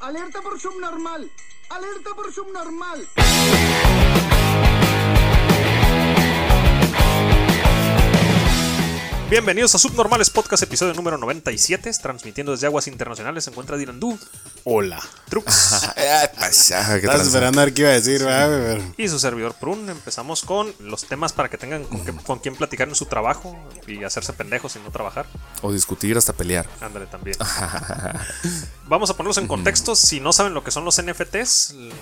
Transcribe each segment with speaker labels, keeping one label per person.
Speaker 1: Alerta por subnormal. Alerta por subnormal.
Speaker 2: Bienvenidos a Subnormales Podcast, episodio número 97, transmitiendo desde aguas internacionales. Se encuentra Dirandú,
Speaker 3: Hola.
Speaker 2: Trux
Speaker 4: Ah, pasaja, qué
Speaker 3: Estás
Speaker 4: tranza.
Speaker 3: esperando a ver qué iba a decir, ¿verdad? Pero-
Speaker 2: y su servidor Prun. Empezamos con los temas para que tengan con, qué- con quién platicar en su trabajo y hacerse pendejos y no trabajar.
Speaker 4: O discutir hasta pelear.
Speaker 2: Ándale también. Vamos a ponerlos en contexto. Si no saben lo que son los NFTs, l-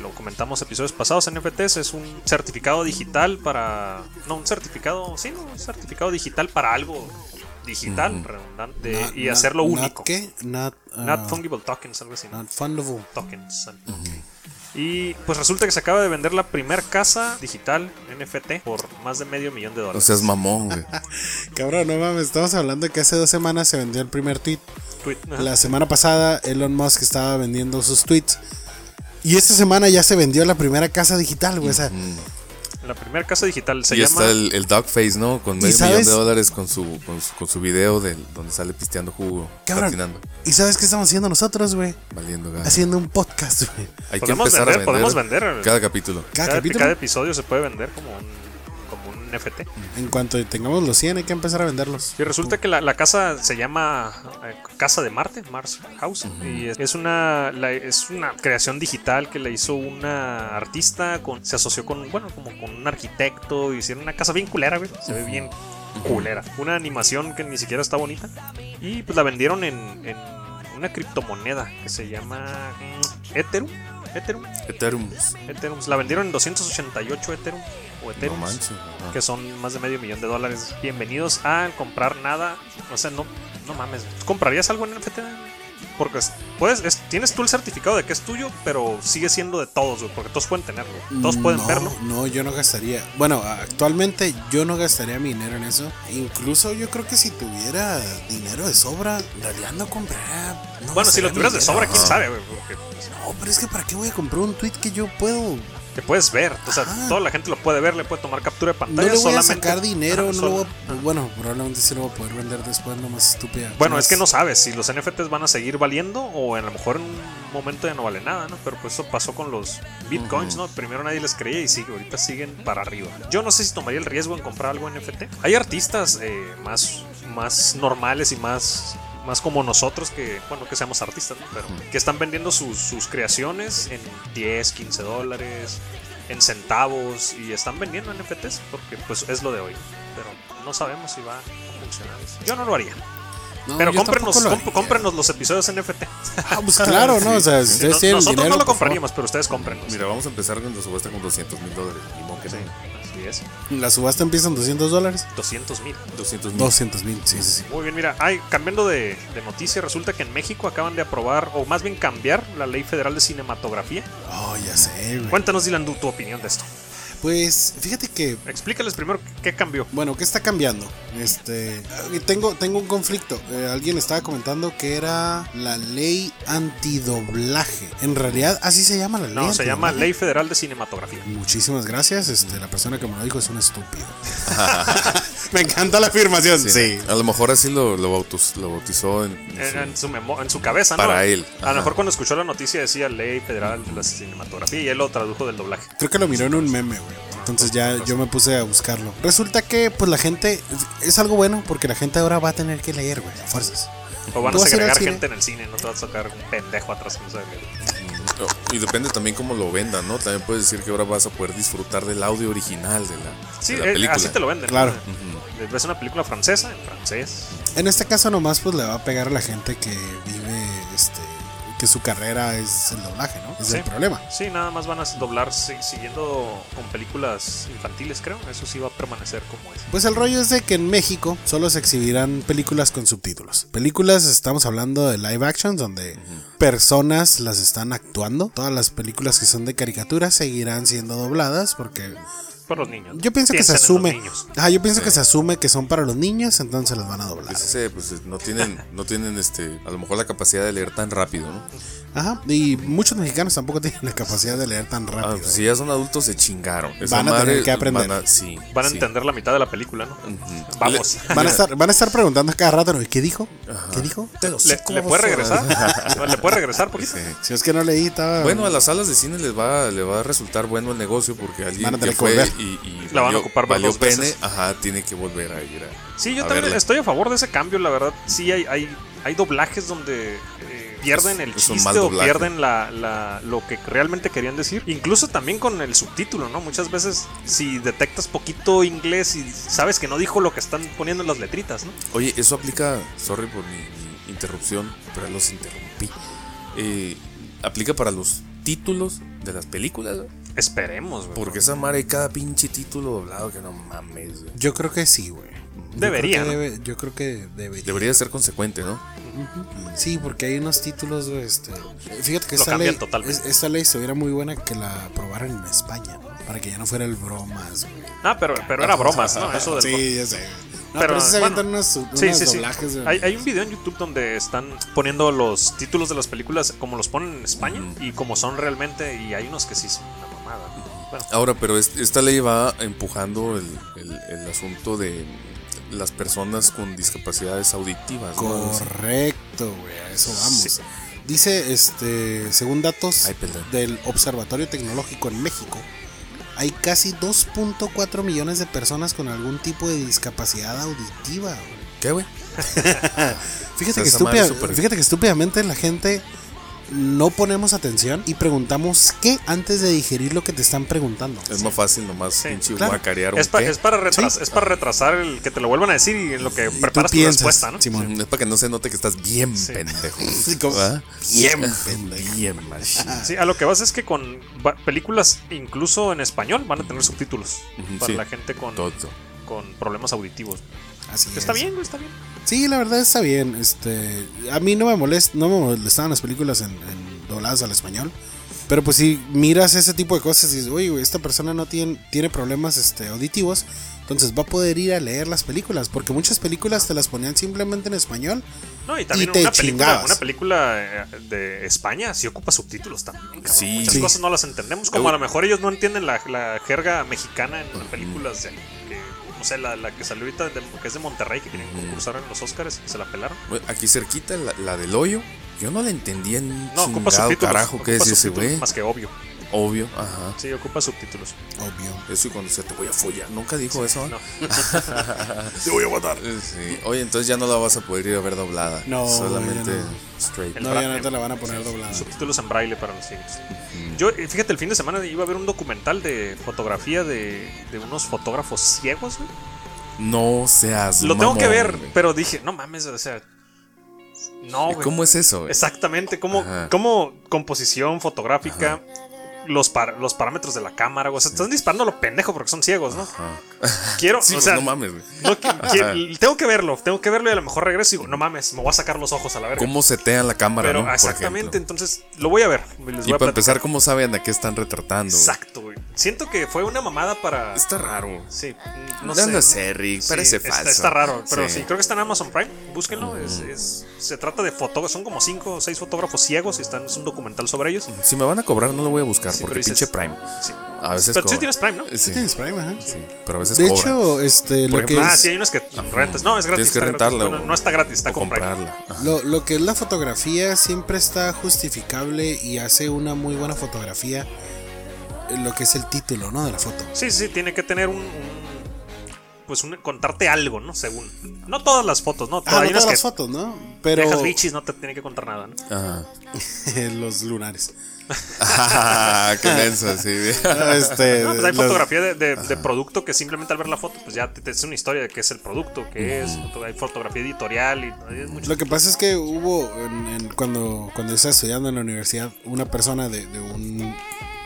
Speaker 2: lo comentamos episodios pasados. NFTs es un certificado digital para. No, un certificado. Sí, no, un certificado digital para algo digital, redundante,
Speaker 3: Not-
Speaker 2: y
Speaker 3: not-
Speaker 2: hacerlo
Speaker 3: not
Speaker 2: único.
Speaker 3: Ah, ¿Qué? Not, ah,
Speaker 2: Not fungible tokens, algo así. ¿no?
Speaker 3: not fundable.
Speaker 2: tokens. al- Y pues resulta que se acaba de vender la primer casa digital NFT por más de medio millón de
Speaker 4: O
Speaker 2: dólares.
Speaker 4: sea, es mamón, güey.
Speaker 3: Cabrón, no mames, estamos hablando que hace dos semanas se vendió el primer tweet. Pues,
Speaker 2: Tweet, ajá.
Speaker 3: La semana pasada Elon Musk estaba vendiendo sus tweets. Y esta semana ya se vendió la primera casa digital, güey. O sea,
Speaker 2: La primer casa digital se
Speaker 4: Y
Speaker 2: llama
Speaker 4: está el, el Dogface, ¿no? Con medio millón
Speaker 3: sabes?
Speaker 4: de dólares con su, con su, con su video del, donde sale pisteando jugo,
Speaker 3: cabrón.
Speaker 4: patinando,
Speaker 3: ¿Y sabes qué estamos haciendo nosotros, güey?
Speaker 4: valiendo gas.
Speaker 3: Haciendo un podcast, güey.
Speaker 4: Hay que
Speaker 2: Podemos
Speaker 4: empezar
Speaker 2: vender,
Speaker 4: a vender,
Speaker 2: podemos vender.
Speaker 4: cada capítulo.
Speaker 3: Cada,
Speaker 2: cada,
Speaker 3: capítulo.
Speaker 2: cada episodio se puede vender como un como un NFT.
Speaker 3: En cuanto tengamos los 100, hay que empezar a venderlos.
Speaker 2: Y resulta que la, la casa se llama eh, Casa de Marte, Mars House. Y es, es una, la- es una creación digital que la hizo una artista. Con, se asoció con, bueno, como con un arquitecto. Hicieron una casa bien culera, güey. Se ve bien culera. Una animación que ni siquiera está bonita. Y pues la vendieron en, en una criptomoneda que se llama mm, Ethereum. Ethereum.
Speaker 4: Ethereum.
Speaker 2: Ethereum. La vendieron en 288 Ethereum. O
Speaker 4: No
Speaker 2: Ethereum
Speaker 4: manches. ajá.
Speaker 2: que son más de medio millón de dólares. Bienvenidos a comprar nada. O sea, no, no mames. ¿Comprarías algo en NFT? Porque es- puedes, es- tienes tú el certificado de que es tuyo, pero sigue siendo de todos, güey, porque todos pueden tenerlo. Todos pueden
Speaker 3: no,
Speaker 2: verlo.
Speaker 3: No, yo no gastaría. Bueno, actualmente yo no gastaría mi dinero en eso. Incluso yo creo que si tuviera dinero de sobra, en realidad no compraría. no
Speaker 2: bueno, si
Speaker 3: gastaría
Speaker 2: lo
Speaker 3: mi
Speaker 2: tuvieras de
Speaker 3: dinero.
Speaker 2: sobra, quién sabe, güey, porque, pues,
Speaker 3: No, pero es que ¿para qué voy a comprar un tweet que yo puedo?
Speaker 2: que puedes ver. O sea,
Speaker 3: Ajá.
Speaker 2: toda la gente lo puede ver, le puede tomar captura de
Speaker 3: No
Speaker 2: pantalla.
Speaker 3: le voy a
Speaker 2: solamente-
Speaker 3: sacar dinero,
Speaker 2: Ajá,
Speaker 3: no
Speaker 2: sol-
Speaker 3: lo voy a- pues Bueno, probablemente sí lo voy a poder vender después, nomás estúpida.
Speaker 2: Bueno, es que no sabes si los NFTs van a seguir valiendo o a lo mejor en un momento ya no vale nada, ¿no? Pero pues eso pasó con los bitcoins, ¿no? Primero nadie les creía y sigue, ahorita siguen para arriba. Yo no sé si tomaría el riesgo en comprar algo NFT. Hay artistas eh, más, más normales y más más como nosotros que, bueno, que seamos artistas, ¿no? pero que están vendiendo sus, sus creaciones en 10, 15 dólares, en centavos y están vendiendo NFTs porque pues es lo de hoy, pero no sabemos si va a funcionar. eso. Yo no lo haría.
Speaker 3: No,
Speaker 2: Pero
Speaker 3: yo
Speaker 2: cómprenos,
Speaker 3: tampoco lo
Speaker 2: comp-
Speaker 3: haría.
Speaker 2: cómprenos los episodios NFT.
Speaker 3: Ah, pues claro, ¿no? O sea, si
Speaker 2: No-
Speaker 3: ustedes
Speaker 2: nosotros
Speaker 3: tienen
Speaker 2: no
Speaker 3: dinero.
Speaker 2: lo
Speaker 3: por favor.
Speaker 2: compraríamos, pero ustedes cómprenos.
Speaker 4: Mira, vamos a empezar con la subasta con 200 mil dólares. Ni modo que
Speaker 2: Sí,
Speaker 4: no.
Speaker 2: así es.
Speaker 3: La subasta empieza en 200 dólares.
Speaker 2: 200 mil.
Speaker 4: 200 mil.
Speaker 3: 200 mil, sí, sí, sí.
Speaker 2: Muy bien, mira, ay, cambiando de, de noticia, resulta que en México acaban de aprobar, o más bien cambiar, la ley federal de cinematografía.
Speaker 3: Oh, ya sé, güey.
Speaker 2: Cuéntanos, Dylan, tu tu opinión de esto.
Speaker 3: Pues fíjate que
Speaker 2: Explícales primero qué cambió.
Speaker 3: Bueno, ¿qué está cambiando? Este, eh, tengo, tengo un conflicto. Eh, alguien estaba comentando que era la ley antidoblaje. En realidad, así se llama la ley.
Speaker 2: No, se llama
Speaker 3: antidoblaje?
Speaker 2: Ley Federal de Cinematografía.
Speaker 3: Muchísimas gracias. Este, la persona que me lo dijo es un estúpido. me encanta la afirmación. Sí.
Speaker 4: A lo mejor así lo, lo, bautuz- lo bautizó en, en
Speaker 2: Eh, En,
Speaker 4: su-
Speaker 2: en su, memo- en su cabeza, ¿no?
Speaker 4: Para él,
Speaker 2: A lo
Speaker 4: ajá.
Speaker 2: mejor cuando escuchó la noticia decía Ley Federal de la Cinematografía y él lo tradujo del doblaje.
Speaker 3: Creo que lo miró en un meme, güey. Entonces ya yo me puse a buscarlo. Resulta que, pues la gente. Es algo bueno porque la gente ahora va a tener que leer, güey. a Fuerzas.
Speaker 2: O van
Speaker 3: ¿Tú
Speaker 2: a
Speaker 3: vas a ir al
Speaker 2: segregar
Speaker 3: cine?
Speaker 2: gente en el cine, no te vas a sacar un pendejo atrás que no sabe leer.
Speaker 4: Y depende también cómo lo vendan, ¿no? También puedes decir que ahora vas a poder disfrutar del audio original de la,
Speaker 2: Sí,
Speaker 4: de la
Speaker 2: eh,
Speaker 4: película.
Speaker 2: así te lo venden.
Speaker 3: Claro.
Speaker 2: ¿no? Ves una película francesa en francés.
Speaker 3: En este caso nomás pues le va a pegar a la gente que vive este que su carrera es el doblaje, ¿no? Es
Speaker 2: Sí.
Speaker 3: el problema.
Speaker 2: Sí, nada más van a doblar sí, siguiendo con películas infantiles, creo. Eso sí va a permanecer como es.
Speaker 3: Pues el rollo es de que en México solo se exhibirán películas con subtítulos. Películas, estamos hablando de live actions, donde personas las están actuando. Todas las películas que son de caricaturas seguirán siendo dobladas porque
Speaker 2: por los niños.
Speaker 3: Yo pienso que se
Speaker 2: Piensen en los
Speaker 3: asume.
Speaker 2: niños.
Speaker 3: Ajá, yo pienso
Speaker 4: Sí.
Speaker 3: que se asume que son para los niños, entonces los van a doblar.
Speaker 4: Pues ese, pues no tienen, no tienen este, a lo mejor la capacidad de leer tan rápido, ¿no?
Speaker 3: Ajá, y muchos mexicanos tampoco tienen la capacidad de leer tan rápido.
Speaker 4: Ah, pues si ya son adultos se chingaron.
Speaker 3: Van a tener que aprender.
Speaker 4: van a- sí,
Speaker 2: Van a
Speaker 4: sí.
Speaker 2: entender la mitad de la película, ¿no?
Speaker 4: Ujú.
Speaker 2: Vamos.
Speaker 4: Le-
Speaker 3: Van a, estar, van a estar preguntando cada rato, ¿no? ¿qué dijo? ¿Qué dijo?
Speaker 2: ¿Le, le puede regresar? No, ¿Le puede regresar poquito?
Speaker 4: Sí.
Speaker 3: Si es que no leí, estaba...
Speaker 4: Bueno, a las salas de cine les va, le va a resultar bueno el negocio porque
Speaker 3: Van a
Speaker 4: alguien
Speaker 3: tener
Speaker 4: que
Speaker 3: que
Speaker 4: fue
Speaker 3: volver.
Speaker 4: y, y
Speaker 2: La van a ocupar
Speaker 4: valió
Speaker 2: dos
Speaker 4: pene,
Speaker 2: veces.
Speaker 4: ajá, tiene que volver a ir a.
Speaker 2: Sí, yo
Speaker 4: a
Speaker 2: también
Speaker 4: verla.
Speaker 2: estoy a favor de ese cambio, la verdad. Sí, hay, hay, hay doblajes donde eh, pierden el
Speaker 4: Es un
Speaker 2: chiste
Speaker 4: mal
Speaker 2: o
Speaker 4: doblaje.
Speaker 2: pierden la, la- lo que realmente querían decir. Incluso también con el subtítulo, ¿no? Muchas veces, si detectas poquito inglés y sabes que no dijo lo que están poniendo en las letritas, ¿no?
Speaker 4: Oye, eso aplica, sorry por mi, mi interrupción, pero los interrumpí. Eh, aplica para los títulos de las películas, güey.
Speaker 2: Esperemos, güey.
Speaker 4: porque esa madre hay cada pinche título doblado que no mames. güey.
Speaker 3: Yo creo que sí, güey. Yo
Speaker 2: Debería,
Speaker 3: creo que
Speaker 2: ¿no?
Speaker 3: debe- yo creo que debería.
Speaker 4: Debería ser consecuente, ¿no?
Speaker 3: Sí, porque hay unos títulos, güey, este... Fíjate que
Speaker 2: Lo
Speaker 3: esta
Speaker 2: cambian
Speaker 3: ley,
Speaker 2: totalmente.
Speaker 3: es- esta ley estuviera muy buena que la aprobaran en España, ¿no? Para que ya no fuera el bromas, güey.
Speaker 2: Ah, pero, pero era bromas, ¿no? Eso del
Speaker 3: Sí, ya sé. No, pero,
Speaker 2: Pero,
Speaker 3: sí se
Speaker 2: bueno,
Speaker 3: avientan unos, unos
Speaker 2: Sí, sí, sí.
Speaker 3: doblajes. güey.
Speaker 2: Hay, hay un video en YouTube donde están poniendo los títulos de las películas como los ponen en España y como son realmente. Y hay unos que sí son una mamada. Bueno,
Speaker 4: Ahora, pero es- esta ley va empujando el, el- el asunto de las personas con discapacidades auditivas. ¿no?
Speaker 3: Correcto, güey, a eso vamos.
Speaker 2: Sí.
Speaker 3: Dice, este, según datos
Speaker 4: Ay, perdón.
Speaker 3: del Observatorio Tecnológico en México, hay casi 2.4 millones de personas con algún tipo de discapacidad auditiva. güey.
Speaker 4: ¿Qué, güey?
Speaker 3: Fíjate,
Speaker 4: O sea,
Speaker 3: que
Speaker 4: esa madre
Speaker 3: estúpida-
Speaker 4: es súper-
Speaker 3: fíjate que estúpidamente la gente no ponemos atención y preguntamos qué antes de digerir lo que te están preguntando.
Speaker 4: Es más fácil nomás
Speaker 2: Sí,
Speaker 4: pinche
Speaker 3: claro.
Speaker 4: guacarear un
Speaker 2: es, pa-
Speaker 4: qué.
Speaker 2: es para retras- es para retrasar el que te lo vuelvan a decir y en lo que
Speaker 3: Y tú
Speaker 2: preparas tu
Speaker 3: piensas,
Speaker 2: respuesta, ¿no?
Speaker 3: Simón.
Speaker 4: Es para que no se note que estás bien
Speaker 2: Sí.
Speaker 4: pendejo.
Speaker 3: Sí, como-
Speaker 4: ¿verdad?
Speaker 3: Bien pendejo.
Speaker 4: Bien machín.
Speaker 2: Sí, a lo que vas es que con va- películas, incluso en español, van a tener subtítulos
Speaker 4: Ujú,
Speaker 2: para
Speaker 4: sí.
Speaker 2: la gente con,
Speaker 4: Todo.
Speaker 2: con problemas auditivos.
Speaker 3: Así
Speaker 2: Está
Speaker 3: es.
Speaker 2: bien, güey, está bien.
Speaker 3: Sí, la verdad está bien. Este, a mí no me molest, no me molestaban las películas en, en dobladas al español. Pero pues si miras ese tipo de cosas y dices, oye, güey, esta persona no tiene, tiene problemas este, auditivos, entonces va a poder ir a leer las películas, porque muchas películas te las ponían simplemente en español.
Speaker 2: No, y también
Speaker 3: Y te
Speaker 2: una, película,
Speaker 3: chingabas.
Speaker 2: una película eh, de España sí ocupa subtítulos también. cabrón.
Speaker 4: Sí.
Speaker 2: Muchas
Speaker 3: Sí.
Speaker 2: cosas no las entendemos, como
Speaker 4: Yo-
Speaker 2: a lo mejor ellos no entienden la, la jerga mexicana en las películas de- que, no sé, la, la que salió ahorita, de- que es de Monterrey, que quieren concursar en los Oscars y se la pelaron.
Speaker 4: Bueno, Aquí cerquita, la, la del hoyo. Yo no la entendía en un
Speaker 2: No, ocupa
Speaker 4: chingado
Speaker 2: subtítulos.
Speaker 4: carajo que
Speaker 2: ocupa
Speaker 4: es ese
Speaker 2: subtítulos,
Speaker 4: güey.
Speaker 2: Más que obvio.
Speaker 4: Obvio, ajá.
Speaker 2: Sí, ocupa subtítulos.
Speaker 3: Obvio.
Speaker 4: Eso y cuando se te voy a follar. Nunca dijo eso. ¿eh?
Speaker 2: No.
Speaker 4: Te voy a matar. Sí. Oye, entonces ya no la vas a poder ir a ver doblada.
Speaker 3: No,
Speaker 4: Solamente
Speaker 3: ya no.
Speaker 4: straight.
Speaker 2: El
Speaker 3: No,
Speaker 2: bra-
Speaker 3: ya no te la van a poner doblada.
Speaker 2: Subtítulos en braille para los ciegos. Yo, eh, fíjate, el fin de semana iba a ver un documental de fotografía de, de unos fotógrafos ciegos, güey.
Speaker 4: No seas.
Speaker 2: Lo tengo
Speaker 4: mamón,
Speaker 2: que ver,
Speaker 4: güey.
Speaker 2: pero dije, no mames, o sea. No, güey.
Speaker 4: ¿Cómo es eso? güey?
Speaker 2: Exactamente, como,
Speaker 4: Ajá.
Speaker 2: como composición fotográfica, los, par- los parámetros de la cámara, güey. O sea, están disparando a lo pendejo porque son ciegos, ¿no?
Speaker 4: Ajá.
Speaker 2: Quiero,
Speaker 4: Ah. Sí,
Speaker 2: o
Speaker 4: pues,
Speaker 2: sea,
Speaker 4: no mames. güey.
Speaker 2: no qui-
Speaker 4: Ajá.
Speaker 2: qui- tengo que verlo, tengo que verlo y a lo mejor regreso y digo, no mames, me voy a sacar los ojos a la verga.
Speaker 4: ¿Cómo setean la cámara?
Speaker 2: Pero
Speaker 4: no? Por
Speaker 2: exactamente,
Speaker 4: ejemplo.
Speaker 2: entonces lo voy a ver. y Les
Speaker 4: Y
Speaker 2: voy a
Speaker 4: para
Speaker 2: platicar.
Speaker 4: empezar, ¿cómo saben a qué están retratando? güey?
Speaker 2: Exacto, güey. Siento que fue una mamada para.
Speaker 4: Está raro.
Speaker 2: Sí, mm, no
Speaker 4: No,
Speaker 2: sé.
Speaker 4: lo sé, Rick.
Speaker 2: Sí,
Speaker 4: parece
Speaker 2: está-
Speaker 4: falso.
Speaker 2: Está, raro, pero sí. creo que está en Amazon Prime. Búsquenlo. es- es- se trata de fotógrafos. Son como cinco o seis fotógrafos ciegos y están, es un documental sobre ellos.
Speaker 4: Si me van a cobrar, no lo voy a buscar
Speaker 2: Sí,
Speaker 4: porque
Speaker 2: pero dices-
Speaker 4: pinche Prime.
Speaker 2: Sí.
Speaker 4: A veces.
Speaker 2: Pero tú
Speaker 4: cobra.
Speaker 2: sí tienes Prime, ¿no?
Speaker 4: Sí,
Speaker 3: Tienes Prime, ajá.
Speaker 4: sí, pero a veces.
Speaker 3: De
Speaker 4: cobra.
Speaker 3: hecho, este,
Speaker 4: Por
Speaker 3: lo que
Speaker 4: ejemplo,
Speaker 2: Ah,
Speaker 3: es-
Speaker 2: sí, hay unos que rentas. No, es gratis.
Speaker 4: Tienes que
Speaker 2: está gratis.
Speaker 4: rentarla
Speaker 2: Bueno,
Speaker 4: o-
Speaker 2: no está gratis, está
Speaker 4: o
Speaker 2: con Prime.
Speaker 4: comprarla. Ajá.
Speaker 3: Lo, lo que es la fotografía siempre está justificable y hace una muy buena fotografía eh, lo que es el título, ¿no? De la foto.
Speaker 2: Sí, sí, tiene que tener un. un- pues un- contarte algo, ¿no? Según. No todas las fotos, ¿no?
Speaker 3: Ah, no
Speaker 2: Todavía
Speaker 3: todas las
Speaker 2: que
Speaker 3: fotos, ¿no? Pero
Speaker 2: dejas bichis, no te tiene que contar nada, ¿no?
Speaker 3: los lunares.
Speaker 4: Ajá. Qué denso, sí.
Speaker 3: No, este,
Speaker 2: No, pues hay
Speaker 3: los-
Speaker 2: fotografía de, de- de producto que simplemente al ver la foto, pues ya te, te es una historia de qué es el producto, qué es. foto- Hay fotografía editorial y es mucho.
Speaker 3: Lo que pasa es que hubo en- en- cuando cuando yo estaba estudiando en la universidad una persona de, de un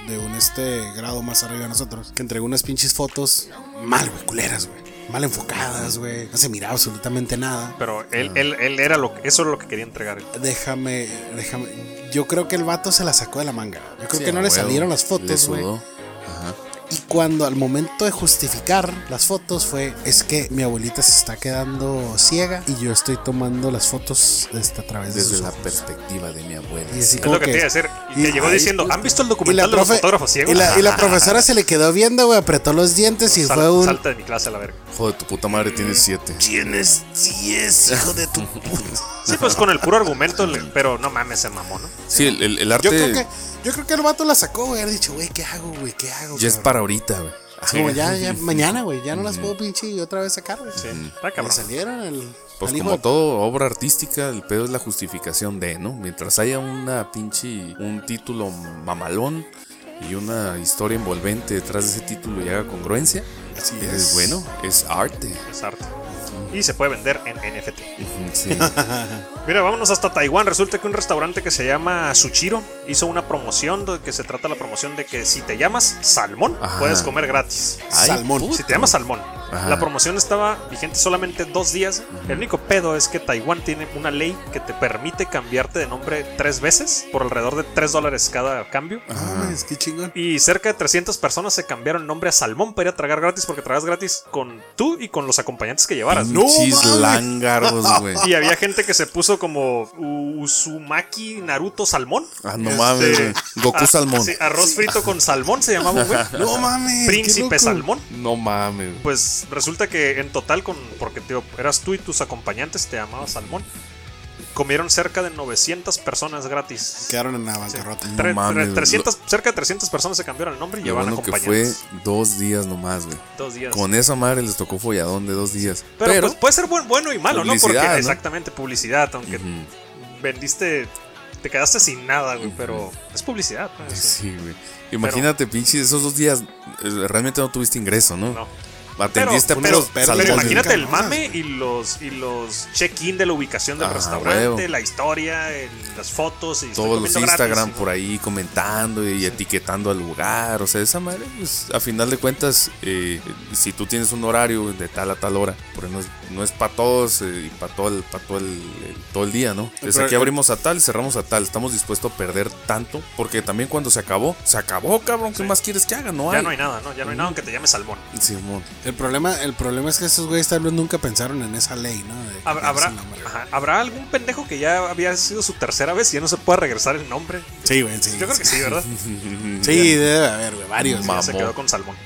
Speaker 3: de un este grado más arriba de nosotros que entregó unas pinches fotos mal güey, culeras, güey, mal enfocadas, güey, no se miraba absolutamente nada.
Speaker 2: Pero él,
Speaker 3: Ah.
Speaker 2: él, él era lo que, eso era lo que quería entregar.
Speaker 3: Déjame, déjame. Yo creo que el vato se la sacó de la manga. Yo creo
Speaker 4: Sí,
Speaker 3: que no
Speaker 4: a
Speaker 3: le
Speaker 4: huevo.
Speaker 3: salieron las
Speaker 4: Le
Speaker 3: fotos, güey.
Speaker 4: sudó. Ajá.
Speaker 3: Y cuando al momento de justificar las fotos fue, es que mi abuelita se está quedando ciega y yo estoy tomando las fotos este, a través de
Speaker 4: Desde
Speaker 3: sus
Speaker 4: la
Speaker 3: ojos".
Speaker 4: perspectiva de mi abuela.
Speaker 3: Y así
Speaker 2: Es
Speaker 3: como
Speaker 2: lo que, te iba a decir. Y, te
Speaker 3: y-
Speaker 2: llegó
Speaker 3: ay,
Speaker 2: diciendo, ¿han visto el documental
Speaker 3: y la
Speaker 2: de
Speaker 3: profe-
Speaker 2: los fotógrafos ciegos?
Speaker 3: Y la, y la profesora se le quedó viendo, güey, apretó los dientes y
Speaker 2: Sal-
Speaker 3: fue un...
Speaker 2: Salta de mi clase a la verga.
Speaker 4: Joder, tu puta madre tiene siete.
Speaker 3: Tienes 10, hijo de tu puta.
Speaker 2: Sí, pues con el puro argumento, le- pero no mames, se mamó, ¿no?
Speaker 4: Sí, el, el- el arte
Speaker 3: Yo creo que, yo creo que el vato la sacó, güey. Ha dicho, güey, ¿qué hago, güey? ¿Qué hago?
Speaker 4: ya es
Speaker 3: cabrón?
Speaker 4: para ahorita, güey.
Speaker 3: Así como ya, ya, mañana, güey. Ya no las puedo pinche y otra vez sacar, güey.
Speaker 2: Sí, está
Speaker 3: Le
Speaker 2: cabrón.
Speaker 3: salieron el.
Speaker 4: Pues
Speaker 3: al hijo
Speaker 4: como
Speaker 3: de-
Speaker 4: todo obra artística, el pedo es la justificación de, ¿no? Mientras haya una pinche, un título mamalón y una historia envolvente detrás de ese título y haga congruencia,
Speaker 3: Así
Speaker 4: es,
Speaker 3: es.
Speaker 4: bueno, es arte.
Speaker 2: Es arte. Y se puede vender en NFT.
Speaker 4: Sí.
Speaker 2: Mira, vámonos hasta Taiwán. Resulta que un restaurante que se llama Suchiro hizo una promoción de que se trata la promoción de que si te llamas salmón,
Speaker 4: Ajá.
Speaker 2: puedes comer gratis.
Speaker 4: Ay,
Speaker 3: Salmón.
Speaker 4: puta.
Speaker 2: Si te llamas salmón.
Speaker 4: Ajá.
Speaker 2: La promoción estaba vigente solamente dos días. El único pedo es que Taiwán tiene una ley que te permite cambiarte de nombre tres veces por alrededor de 3 dólares cada cambio.
Speaker 4: Ah.
Speaker 3: No mames, qué chingón.
Speaker 2: Y cerca de 300 personas se cambiaron el nombre a Salmón para ir a tragar gratis porque tragas gratis con tú y con los acompañantes que llevaras.
Speaker 3: No
Speaker 4: Pinches
Speaker 3: mames.
Speaker 4: lángaros, güey.
Speaker 2: Y había gente que se puso como Uzumaki Naruto Salmón.
Speaker 4: Ah, no mames, güey. Goku
Speaker 2: ah,
Speaker 4: Salmón.
Speaker 2: sí, arroz frito con salmón se llamaba, güey.
Speaker 3: No mames. qué
Speaker 2: Príncipe
Speaker 3: loco.
Speaker 2: Salmón.
Speaker 4: No mames. güey.
Speaker 2: Pues resulta que en total, con, porque tío, eras tú y tus acompañantes, te llamabas Salmón, comieron cerca de 900 personas gratis.
Speaker 3: Quedaron en la bancarrota.
Speaker 2: Tre-
Speaker 4: mames,
Speaker 2: tre- 300 cerca de 300 personas se cambiaron el nombre y
Speaker 4: Lo
Speaker 2: llevaban
Speaker 4: bueno que fue
Speaker 2: acompañantes.
Speaker 4: dos días nomás, güey.
Speaker 2: Dos días.
Speaker 4: Con esa madre les tocó folladón de dos días.
Speaker 2: Pero,
Speaker 4: Pero,
Speaker 2: pues, puede ser buen- bueno y malo, ¿no? Porque
Speaker 4: Publicidad, ¿no?
Speaker 2: exactamente publicidad, aunque
Speaker 4: Ujú.
Speaker 2: vendiste, te quedaste sin nada, güey, pero es publicidad. ¿no? Eso.
Speaker 4: Sí, güey. Imagínate, pinche, esos dos días eh, realmente no tuviste ingreso, ¿no?
Speaker 2: No.
Speaker 4: Atendiste
Speaker 2: Pero-
Speaker 4: a puros
Speaker 3: pero-
Speaker 2: Pero
Speaker 3: Salmón.
Speaker 4: salmones.
Speaker 2: imagínate el
Speaker 3: Cabrón.
Speaker 2: mame y los y los check-in de la ubicación del
Speaker 4: Ah,
Speaker 2: restaurante,
Speaker 4: huevo.
Speaker 2: la historia, el- las fotos y estoy
Speaker 4: Todos los
Speaker 2: comiendo gratis,
Speaker 4: Instagram
Speaker 2: y-
Speaker 4: por ahí comentando y etiquetando al lugar. O sea, esa madre, pues, a final de cuentas, eh, si tú tienes un horario de tal a tal hora, porque no es, no es para todos eh, y para todo, el, pa' todo, el, el- todo el día, ¿no? Desde
Speaker 3: Pero-
Speaker 4: aquí abrimos a tal, cerramos a tal. Estamos dispuestos a perder tanto, porque también cuando se acabó, se acabó, cabrón. ¿Qué más quieres que haga? No hay.
Speaker 2: Ya no hay nada, ¿no? Ya no hay nada aunque te llames Salmón.
Speaker 4: Simón.
Speaker 3: El problema, el problema es que esos güeyes tal vez nunca pensaron en esa ley, ¿no? De que
Speaker 2: Hab- ¿Habrá,
Speaker 3: ese nombre.
Speaker 2: ajá, ¿Habrá algún pendejo que ya había sido su tercera vez y ya no se pueda regresar el nombre?
Speaker 3: Sí, güey, sí.
Speaker 2: Yo creo que sí, ¿verdad?
Speaker 3: Sí, debe haber, güey, varios.
Speaker 2: Ya se
Speaker 4: Mamó.
Speaker 2: quedó con Salmón.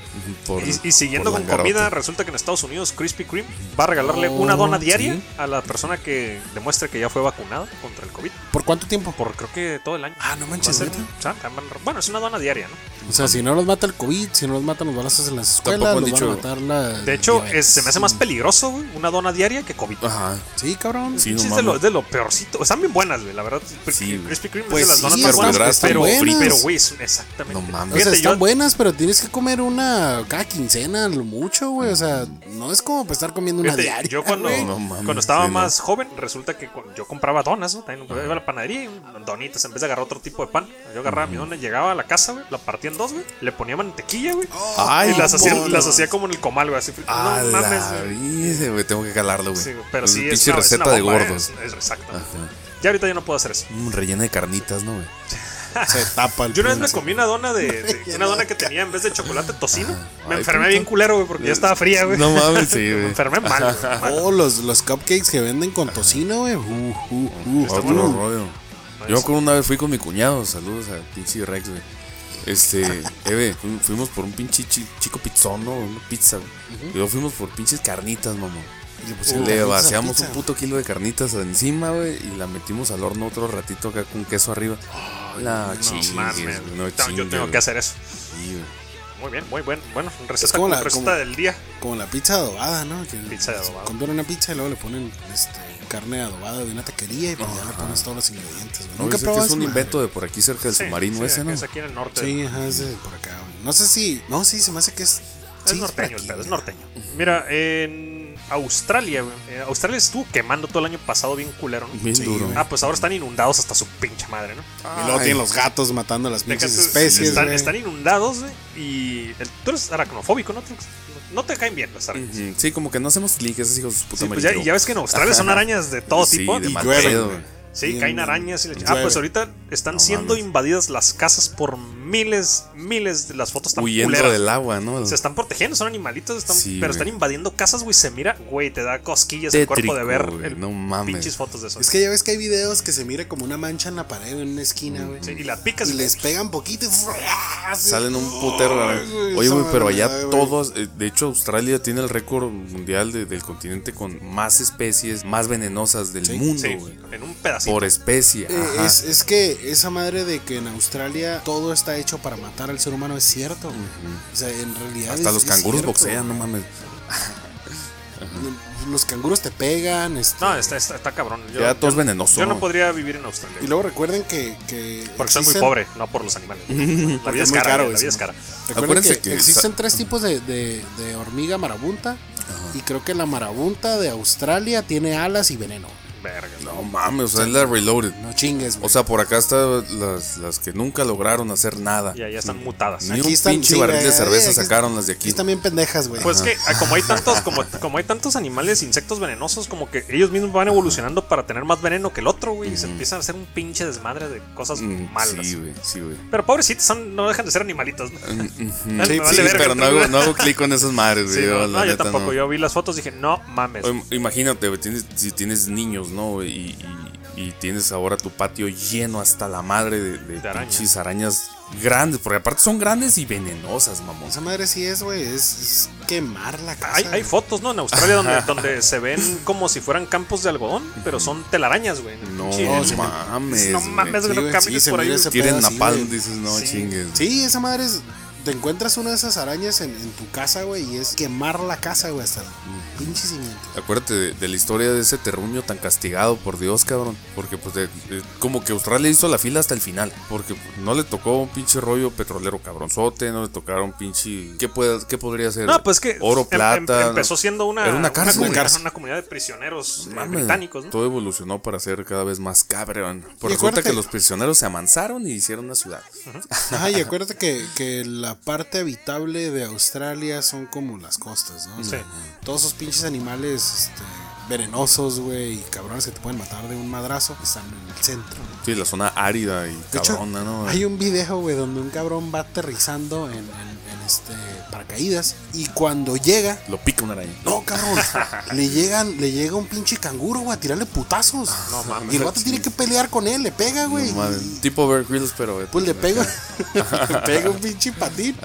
Speaker 4: Por-
Speaker 2: Y, y siguiendo
Speaker 4: por
Speaker 2: con
Speaker 4: Langarote.
Speaker 2: comida, resulta que en Estados Unidos Krispy Kreme va a regalarle una dona diaria
Speaker 3: sí.
Speaker 2: a la persona que demuestre que ya fue vacunada contra el COVID
Speaker 3: ¿Por cuánto tiempo?
Speaker 2: por creo que todo el año.
Speaker 3: Ah, no manches,
Speaker 2: Va a ser-
Speaker 3: ¿neta?
Speaker 2: o sea, te van- bueno, es una dona diaria, ¿no?
Speaker 3: O sea, si no los mata el COVID, si no los matan los balazos en las escuelas,
Speaker 4: Tampoco han
Speaker 3: los van a
Speaker 4: dicho-
Speaker 3: matar la.
Speaker 2: De hecho,
Speaker 3: diabetes.
Speaker 2: es- se me hace más peligroso, güey, una dona diaria que COVID.
Speaker 4: Ajá.
Speaker 3: Sí, cabrón.
Speaker 4: Sí, no
Speaker 2: Pinches de, lo,
Speaker 4: mames.
Speaker 2: de lo peorcito. Están bien buenas, güey, la verdad.
Speaker 4: Sí, güey.
Speaker 2: Krispy Kreme
Speaker 3: Pues
Speaker 2: es de las
Speaker 3: sí,
Speaker 2: donas
Speaker 3: están-
Speaker 2: más buenas,
Speaker 3: están
Speaker 2: pero,
Speaker 3: buenas.
Speaker 2: pero, güey, es- exactamente.
Speaker 4: No mames.
Speaker 3: O sea,
Speaker 2: Fíjate,
Speaker 3: están
Speaker 2: yo-
Speaker 3: buenas, pero tienes que comer una cada quincena, lo mucho, güey. O sea, no es como para estar comiendo una
Speaker 2: Fíjate,
Speaker 3: diaria.
Speaker 2: yo cuando,
Speaker 3: güey.
Speaker 4: No mames,
Speaker 2: cuando estaba
Speaker 4: sí, no.
Speaker 2: más joven, resulta que cu- yo compraba donas, ¿no? También iba a la panadería, y donitas, en vez de agarrar otro tipo de pan. Yo agarraba mi dona, llegaba a la casa, güey, la partía en dos, güey, le ponía mantequilla, güey.
Speaker 4: Ay,
Speaker 2: y las hacía,
Speaker 4: vámonos.
Speaker 2: las hacía como en el comal, güey, así.
Speaker 4: A
Speaker 2: no
Speaker 4: Ah, la
Speaker 2: mames, güey.
Speaker 4: vida, güey, tengo que calarlo, güey.
Speaker 2: Sí, güey, pero
Speaker 4: Es
Speaker 2: sí, es
Speaker 4: pinche
Speaker 2: una, es
Speaker 4: receta
Speaker 2: una
Speaker 4: de
Speaker 2: bomba, ¿eh?
Speaker 4: gordos.
Speaker 2: Es- es exactamente.
Speaker 4: Ajá.
Speaker 2: Ya ahorita yo no puedo hacer eso.
Speaker 4: Mm, rellena de carnitas, ¿no, güey?
Speaker 3: se tapa el
Speaker 2: Yo una vez me
Speaker 3: pinche.
Speaker 2: comí una dona de, de- una dona que tenía en vez de chocolate tocino. Me
Speaker 4: Ay,
Speaker 2: enfermé
Speaker 4: puta.
Speaker 2: bien culero, güey, porque ya estaba fría, güey.
Speaker 4: No mames, sí,
Speaker 2: Me
Speaker 4: güey.
Speaker 2: enfermé mal, güey, mal.
Speaker 3: Oh, los, los cupcakes que venden con tocino, güey. Uh, uh, uh,
Speaker 4: Otro
Speaker 3: uh.
Speaker 4: rollo. Yo me acuerdo una vez fui con mi cuñado, saludos a pinche Rex, güey. Este, Eve, fu- fuimos por un pinche chi- chico pizzón, ¿no? Una pizza, güey. Y luego fuimos por pinches carnitas, mamón.
Speaker 3: Le pusieron
Speaker 4: Le
Speaker 3: carnitas a la
Speaker 4: vaciamos
Speaker 3: pizza.
Speaker 4: un puto kilo de carnitas encima, güey, y la metimos al horno otro ratito acá con queso arriba. la
Speaker 2: No
Speaker 4: chingues,
Speaker 2: mames,
Speaker 4: güey,
Speaker 2: no,
Speaker 4: no
Speaker 2: yo
Speaker 4: chingues,
Speaker 2: tengo
Speaker 4: güey.
Speaker 2: que hacer eso.
Speaker 4: Sí, güey.
Speaker 2: Muy bien, muy bueno. Bueno, receta,
Speaker 3: como la-
Speaker 2: receta
Speaker 3: como-
Speaker 2: del día.
Speaker 3: Como la pizza adobada, ¿no? Que
Speaker 2: Pizza adobada.
Speaker 3: Compran una pizza y luego le ponen este, carne adobada de una taquería y pues, ya le pones todos los ingredientes, güey.
Speaker 4: No,
Speaker 3: Nunca
Speaker 4: dice que
Speaker 3: probas.
Speaker 4: es un invento de por aquí cerca del
Speaker 2: Sí,
Speaker 4: submarino
Speaker 2: sí,
Speaker 4: ese, ¿no?
Speaker 2: Es aquí en el norte.
Speaker 3: Sí, ajá, es de por acá, güey. No sé si. No, sí, se me hace que es.
Speaker 2: Es
Speaker 3: sí,
Speaker 2: norteño
Speaker 3: por
Speaker 2: el
Speaker 3: aquí,
Speaker 2: pedo, es
Speaker 3: güey.
Speaker 2: norteño. Mira, en Australia, güey. eh, Australia estuvo quemando todo el año pasado bien culero, ¿no?
Speaker 4: Bien
Speaker 3: Sí,
Speaker 4: duro.
Speaker 3: güey.
Speaker 2: Ah, pues ahora están inundados hasta su pinche madre, ¿no?
Speaker 3: Y luego tienen los gatos matando a las
Speaker 2: Deja
Speaker 3: Ah, pinches
Speaker 2: tú,
Speaker 3: especies.
Speaker 2: Están,
Speaker 3: güey.
Speaker 2: están inundados, güey. Y el- tú eres aracnofóbico, ¿no? Tú- No te caen bien las arañas.
Speaker 4: Ujú, Sí, como que no hacemos clic, esos hijos de su puta
Speaker 2: Sí, pues ya,
Speaker 4: madre.
Speaker 2: y ya ves que en Australia son arañas de todo
Speaker 4: Sí,
Speaker 2: tipo.
Speaker 4: de
Speaker 2: y-
Speaker 4: mal
Speaker 3: llueven,
Speaker 4: pedo,
Speaker 3: güey.
Speaker 4: güey.
Speaker 2: sí,
Speaker 3: bien,
Speaker 2: caen arañas y le- Ah,
Speaker 3: llueve.
Speaker 2: pues ahorita están
Speaker 4: No
Speaker 2: siendo
Speaker 4: mames.
Speaker 2: invadidas las casas por miles, miles de las fotos tan
Speaker 4: Huyendo
Speaker 2: culeras.
Speaker 4: del agua, ¿no?
Speaker 2: Se están protegiendo, son animalitos, están-
Speaker 4: Sí,
Speaker 2: pero
Speaker 4: güey.
Speaker 2: están invadiendo casas, güey. Se mira, güey, te da cosquillas el cuerpo de
Speaker 4: Tétrico,
Speaker 2: ver
Speaker 4: güey,
Speaker 2: el-
Speaker 4: no mames.
Speaker 2: pinches fotos de eso.
Speaker 3: Es que ya ves que hay videos que se mira como una mancha en la pared, en una
Speaker 4: Mm.
Speaker 3: esquina, güey.
Speaker 2: Sí, y la picas
Speaker 3: Y
Speaker 2: y-
Speaker 3: les pegan poquito y así.
Speaker 4: Salen un putero. la verdad.
Speaker 3: Ay,
Speaker 4: Oye,
Speaker 3: esa
Speaker 4: güey, pero allá
Speaker 3: mamada, güey.
Speaker 4: todos. eh, De hecho, Australia tiene el récord mundial de- del continente con más especies más venenosas del mundo,
Speaker 2: Sí,
Speaker 4: güey.
Speaker 2: en un pedacito.
Speaker 4: Por especie.
Speaker 3: Eh,
Speaker 4: ajá.
Speaker 3: es, es que esa madre de que en Australia todo está hecho para matar al ser humano es cierto, güey. O sea, en realidad.
Speaker 4: Hasta
Speaker 3: es-
Speaker 4: los
Speaker 3: es
Speaker 4: canguros
Speaker 3: cierto,
Speaker 4: boxean, no
Speaker 3: güey.
Speaker 4: mames.
Speaker 3: Los canguros te pegan. este,
Speaker 2: No, está, está, está cabrón. Yo,
Speaker 4: Ya todo es
Speaker 2: yo-
Speaker 4: venenoso.
Speaker 2: yo no podría vivir en Australia.
Speaker 3: Y luego recuerden que. que
Speaker 2: Porque soy muy
Speaker 3: existen-
Speaker 2: pobre, no por los animales. La vida es
Speaker 3: es muy
Speaker 2: cara,
Speaker 3: caro
Speaker 2: güey, la
Speaker 3: eso,
Speaker 2: vida es
Speaker 3: ¿no?
Speaker 2: cara.
Speaker 3: Recuerden
Speaker 4: Acuérdense
Speaker 3: que,
Speaker 4: que
Speaker 3: existen
Speaker 4: sa-
Speaker 3: tres tipos de, de- de hormiga marabunta. Y creo que la marabunta de Australia tiene alas y veneno.
Speaker 2: Verga.
Speaker 4: No mames, o sea, es la reloaded.
Speaker 3: No chingues, güey.
Speaker 4: O sea, por acá están las, las que nunca lograron hacer nada.
Speaker 2: Y allá están mutadas.
Speaker 4: Ni un pinche
Speaker 3: sí,
Speaker 4: barril de
Speaker 3: güey,
Speaker 4: cerveza
Speaker 3: eh, aquí-
Speaker 4: sacaron las de aquí.
Speaker 3: Aquí también pendejas, güey.
Speaker 2: Pues que ah, como hay tantos, como, como hay tantos animales, insectos venenosos, como que ellos mismos van evolucionando para tener más veneno que el otro, güey. Y se empiezan a hacer un pinche desmadre de cosas
Speaker 4: Mm,
Speaker 2: malas.
Speaker 4: Sí, güey, sí, güey.
Speaker 2: Pero pobrecitos, son, no dejan de ser animalitos. ¿no? Me
Speaker 4: Sí,
Speaker 2: vale
Speaker 4: sí,
Speaker 2: verga,
Speaker 4: pero no
Speaker 2: tú,
Speaker 4: hago,
Speaker 2: güey.
Speaker 4: no hago clic con esas madres,
Speaker 2: Sí,
Speaker 4: güey.
Speaker 2: no,
Speaker 4: la
Speaker 2: no, yo
Speaker 4: neta,
Speaker 2: tampoco.
Speaker 4: no.
Speaker 2: Yo vi las fotos y dije, no mames.
Speaker 4: Oye, Imagínate, güey, tienes- si tienes niños, ¿no? güey? Y, y- y tienes ahora tu patio lleno hasta la madre de, de
Speaker 2: De arañas.
Speaker 4: pinches arañas grandes, porque aparte son grandes y venenosas, mamón.
Speaker 3: Esa madre sí es, güey. Es, es quemar la casa.
Speaker 2: Hay, hay
Speaker 3: güey.
Speaker 2: fotos, ¿no? En Australia donde, donde se ven como si fueran campos de algodón, pero son telarañas, güey.
Speaker 4: No
Speaker 2: Sí,
Speaker 4: mames.
Speaker 2: No
Speaker 4: güey.
Speaker 2: mames, güey,
Speaker 3: Sí,
Speaker 2: no
Speaker 3: güey,
Speaker 2: camines
Speaker 3: sí, se
Speaker 2: por ahí.
Speaker 3: mira
Speaker 2: güey.
Speaker 3: ese
Speaker 4: Tienen
Speaker 3: pedo así,
Speaker 4: napalm,
Speaker 3: güey.
Speaker 4: dices, no
Speaker 2: Sí.
Speaker 4: chingues.
Speaker 3: Sí, esa madre es. Te encuentras una de esas arañas en, en tu casa, güey, y es quemar la casa, güey, hasta el pinche cimiento.
Speaker 4: Acuérdate de, de la historia de ese terruño tan castigado por Dios, cabrón. Porque, pues, de- de- como que Australia hizo la fila hasta el final. Porque pues, no le tocó un pinche rollo petrolero cabronzote, no le tocaron pinche. ¿Qué, puede, qué podría ser?
Speaker 2: No, pues que
Speaker 4: Oro,
Speaker 2: em- em-
Speaker 4: plata.
Speaker 2: empezó siendo una,
Speaker 4: Era una cárcel.
Speaker 2: comunidad,
Speaker 3: Una cárcel.
Speaker 2: una comunidad de prisioneros eh,
Speaker 4: Mames,
Speaker 2: británicos, ¿no?
Speaker 4: Todo evolucionó para ser cada vez más cabrón. Por
Speaker 3: Y
Speaker 4: resulta
Speaker 3: acuérdate-
Speaker 4: que los prisioneros se amansaron y hicieron una ciudad.
Speaker 3: Ajá, y acuérdate que, que la parte habitable de Australia son como las costas, ¿no? O sea,
Speaker 2: Sí.
Speaker 3: Todos esos pinches animales este, venenosos, güey, y cabrones que te pueden matar de un madrazo, están en el centro. güey.
Speaker 4: Sí, la zona árida y
Speaker 3: De hecho,
Speaker 4: cabrona, ¿no?
Speaker 3: hay un video, güey, donde un cabrón va aterrizando en, en- en este paracaídas y cuando llega,
Speaker 4: Lo pica una araña.
Speaker 3: No, cabrón. le llegan, le llega un pinche canguro, güey, a tirarle putazos.
Speaker 2: Ah, No mames.
Speaker 3: Y el vato tiene que pelear con él, le pega, güey.
Speaker 4: No mames.
Speaker 3: y-
Speaker 4: Tipo Bear Grylls, pero.
Speaker 3: pues le pega, le pega un pinche patín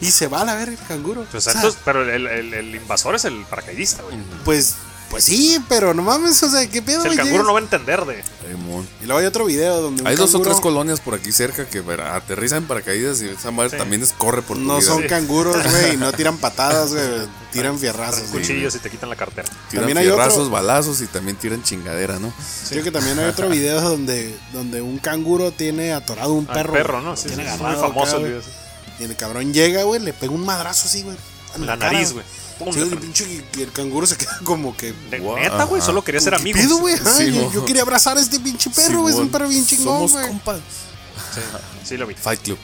Speaker 3: y se va a la ver el canguro.
Speaker 2: Pues
Speaker 3: O sea,
Speaker 2: entonces, pero el, el- el invasor es el paracaidista, güey.
Speaker 3: pues, pues sí, pero no mames, o sea, qué pedo,
Speaker 2: O sea, Pues el
Speaker 3: güey,
Speaker 2: canguro
Speaker 3: llegas-
Speaker 2: no va a entender de.
Speaker 4: Ay, mon.
Speaker 3: Y luego hay otro video donde un
Speaker 4: Hay dos o
Speaker 3: canguro-
Speaker 4: tres colonias por aquí cerca que ver, aterrizan en paracaídas y esa madre
Speaker 2: Sí.
Speaker 4: también es, corre por tu
Speaker 3: No
Speaker 4: vida.
Speaker 3: son
Speaker 4: Sí.
Speaker 3: canguros, güey, y no tiran patadas, güey, tiran fierrazos. güey.
Speaker 2: Cuchillos y te quitan la cartera. Ah,
Speaker 4: Tiran
Speaker 3: También hay otro-
Speaker 4: fierrazos, balazos y también tiran chingadera, ¿no?
Speaker 3: Creo que también hay otro video donde, donde un canguro tiene atorado un
Speaker 2: Al
Speaker 3: perro.
Speaker 2: perro,
Speaker 3: güey.
Speaker 2: ¿no?
Speaker 3: Lo
Speaker 2: Sí,
Speaker 3: tiene
Speaker 2: sí, es muy
Speaker 3: agarrado
Speaker 2: famoso
Speaker 3: acá,
Speaker 2: el
Speaker 3: güey.
Speaker 2: video. sí.
Speaker 3: Y el cabrón llega, güey, le pega un madrazo así, güey. en
Speaker 2: La
Speaker 3: cara,
Speaker 2: nariz, güey. Pum,
Speaker 3: Sí,
Speaker 2: le
Speaker 3: el
Speaker 2: prende.
Speaker 3: pinche y el canguro se queda como que.
Speaker 2: De-
Speaker 4: Wow.
Speaker 2: Neta, güey,
Speaker 4: Ajá.
Speaker 2: solo quería ser
Speaker 3: ¿Qué
Speaker 2: amigo.
Speaker 3: pedo, güey? Ay,
Speaker 4: Sí,
Speaker 3: yo,
Speaker 4: mo.
Speaker 3: yo quería abrazar a este pinche perro, güey. es un
Speaker 4: Simón,
Speaker 3: perro bien chingón,
Speaker 4: Somos
Speaker 3: güey.
Speaker 4: compas.
Speaker 2: Sí, lo vi.
Speaker 4: Fight Club.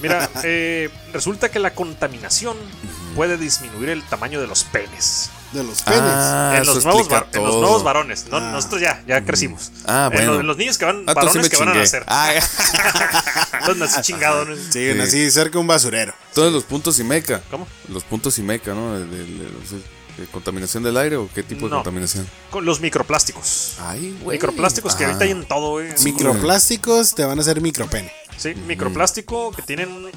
Speaker 2: Mira, eh, resulta que la contaminación puede disminuir el tamaño de los penes.
Speaker 3: De los penes.
Speaker 4: Ah,
Speaker 2: en,
Speaker 4: eso
Speaker 2: los nuevos
Speaker 4: explica
Speaker 2: var- en los
Speaker 4: todo.
Speaker 2: nuevos varones. No, Nosotros ya, ya crecimos.
Speaker 4: Ah,
Speaker 2: En
Speaker 4: bueno.
Speaker 2: los, en los niños que van,
Speaker 4: Ah, entonces sí
Speaker 2: varones
Speaker 4: me
Speaker 2: que van a
Speaker 4: chingué.
Speaker 2: nacer.
Speaker 4: Ah,
Speaker 2: Entonces nací chingado. ¿no?
Speaker 3: Sí, así cerca de un basurero.
Speaker 4: Entonces los puntos Imeca.
Speaker 2: ¿Cómo?
Speaker 4: Los puntos Imeca, ¿no? De, de- de- de contaminación del aire o qué tipo de
Speaker 2: No.
Speaker 4: contaminación.
Speaker 2: Con los microplásticos.
Speaker 4: Ay,
Speaker 2: microplásticos que
Speaker 4: Ajá.
Speaker 2: ahorita hay en todo, güey.
Speaker 3: Microplásticos te van a hacer micropene.
Speaker 2: Sí, microplástico que tienen un-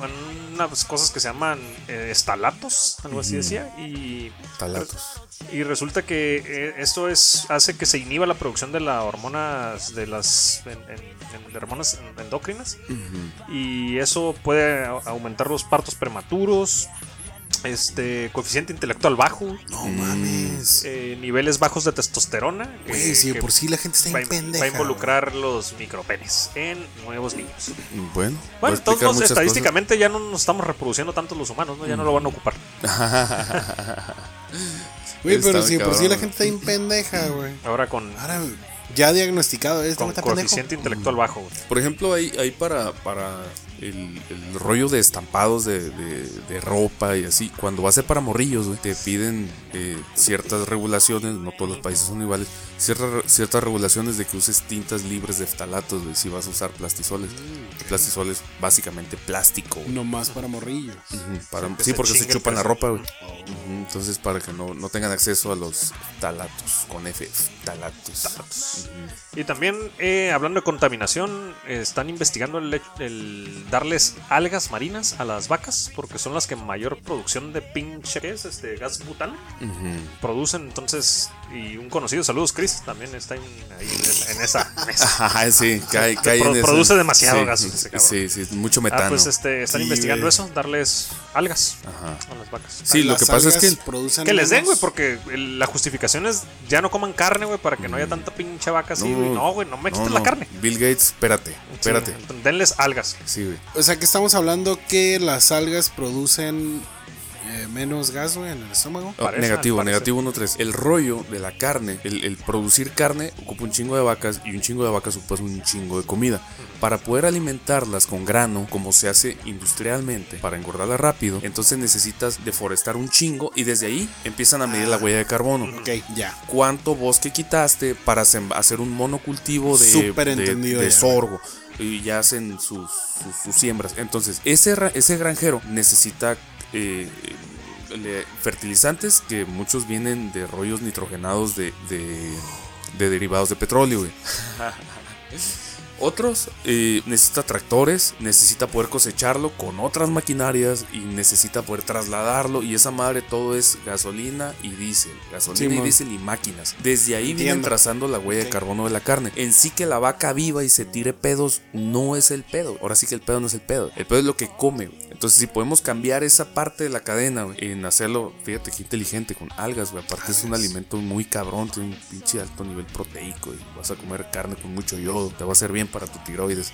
Speaker 2: unas cosas que se llaman eh, estalatos, algo así decía, y,
Speaker 4: Ah, Talatos.
Speaker 2: y resulta que eh, esto es hace que se inhiba la producción de las hormonas de las en- en- en- de hormonas en- endocrinas y eso puede a- aumentar los partos prematuros, este coeficiente intelectual bajo,
Speaker 3: No
Speaker 4: Mm.
Speaker 3: mames.
Speaker 2: eh, niveles bajos de testosterona, que-
Speaker 3: Güey, si de
Speaker 2: que
Speaker 3: por sí la gente está
Speaker 2: va, a
Speaker 3: bien
Speaker 2: in-
Speaker 3: pendeja.
Speaker 2: va a involucrar los micropenes en nuevos niños.
Speaker 4: Bueno, va a
Speaker 2: Bueno,
Speaker 4: explicar
Speaker 2: entonces
Speaker 4: muchas
Speaker 2: estadísticamente ya no nos estamos reproduciendo tanto los humanos, ¿no? Ya no lo van a ocupar.
Speaker 4: cosas.
Speaker 3: Güey, pero
Speaker 4: Está
Speaker 3: si de por sí
Speaker 4: cabrón.
Speaker 3: la gente está bien pendeja, güey.
Speaker 2: Ahora con,
Speaker 3: Ahora, ya diagnosticado, Ah, este güey
Speaker 2: Mm. con
Speaker 3: está pendejo.
Speaker 2: coeficiente intelectual bajo. güey.
Speaker 4: Por ejemplo, hay, hay para, para el, el rollo de estampados de, de- de ropa y así, cuando va a ser para morrillos, güey, te piden eh, ciertas regulaciones, no todos los países son iguales, ciertas, ciertas regulaciones de que uses tintas libres de ftalatos, güey, si vas a usar plastisoles. Plastisoles, básicamente plástico, güey.
Speaker 3: Nomás para morrillos.
Speaker 4: Ujú, para-
Speaker 2: que
Speaker 4: sí,
Speaker 2: se
Speaker 4: porque se
Speaker 2: chingue el
Speaker 4: chupan la
Speaker 2: plástico.
Speaker 4: ropa, güey. Ujú, Entonces, para que no, no tengan acceso a los talatos, con F, talatos. Ujú.
Speaker 2: Y también, eh, hablando de contaminación, eh, están investigando el, hech- el darles algas marinas a las vacas, porque son las que mayor producción de pinche, ¿qué es? Este, gas butano producen. Entonces, y un conocido, saludos Chris, también está en, ahí en, en esa. en esa.
Speaker 4: Ajá, sí, cae, cae
Speaker 2: Pro-
Speaker 4: en eso.
Speaker 2: produce demasiado
Speaker 4: Sí,
Speaker 2: gas ese cabrón.
Speaker 4: Sí, sí, mucho metano.
Speaker 2: Ah, pues este, están
Speaker 3: Sí,
Speaker 2: investigando
Speaker 3: güey.
Speaker 2: eso, darles algas
Speaker 4: Ajá.
Speaker 2: a las vacas.
Speaker 4: Sí, lo
Speaker 3: Las
Speaker 4: que pasa es que-
Speaker 3: algas producen
Speaker 4: Ah,
Speaker 2: Que les den, güey,
Speaker 3: unos-
Speaker 2: porque el- la justificación es ya no coman carne, güey, para que no haya tanta pinche vaca así, güey. No, güey, no me quites
Speaker 4: Mm. no,
Speaker 2: la
Speaker 4: no.
Speaker 2: carne.
Speaker 4: Bill Gates, espérate, espérate.
Speaker 2: Sí, entonces, denles algas.
Speaker 4: Sí, güey.
Speaker 3: O sea que estamos hablando que las algas producen eh, menos gas, güey, en el estómago.
Speaker 4: Oh,
Speaker 2: Parece,
Speaker 4: negativo,
Speaker 2: parece.
Speaker 4: negativo 1.3. El rollo de la carne, el, el producir carne ocupa un chingo de vacas y un chingo de vacas ocupa un chingo de comida. Para poder alimentarlas con grano, como se hace industrialmente, para engordarlas rápido, entonces necesitas deforestar un chingo y desde ahí empiezan a medir la huella de carbono.
Speaker 3: Ok, ya.
Speaker 4: cuánto bosque quitaste para sem- hacer un monocultivo de,
Speaker 3: Súper
Speaker 4: de-
Speaker 3: entendido
Speaker 4: de
Speaker 3: ya.
Speaker 4: sorgo. Y ya hacen sus, sus- sus siembras. Entonces, ese, ra- ese granjero necesita eh, le- fertilizantes que muchos vienen de rollos nitrogenados de, de- de derivados de petróleo. güey. Otros eh, necesita tractores, necesita poder cosecharlo con otras maquinarias y necesita poder trasladarlo. Y esa madre todo es gasolina y diésel. Gasolina y
Speaker 3: Simón.
Speaker 4: diésel y máquinas. Desde ahí vienen
Speaker 3: Entiendo.
Speaker 4: trazando la huella de
Speaker 3: Ok.
Speaker 4: carbono de la carne. En sí que la vaca viva y se tire pedos no es el pedo. Ahora sí que el pedo no es el pedo. El pedo es lo que come. güey. Entonces, si podemos cambiar esa parte de la cadena güey, en hacerlo, fíjate que inteligente con algas, güey. Aparte, es un alimento muy cabrón, tiene un pinche alto nivel proteico. Y vas a comer carne con mucho yodo, te va a hacer bien para tu tiroides.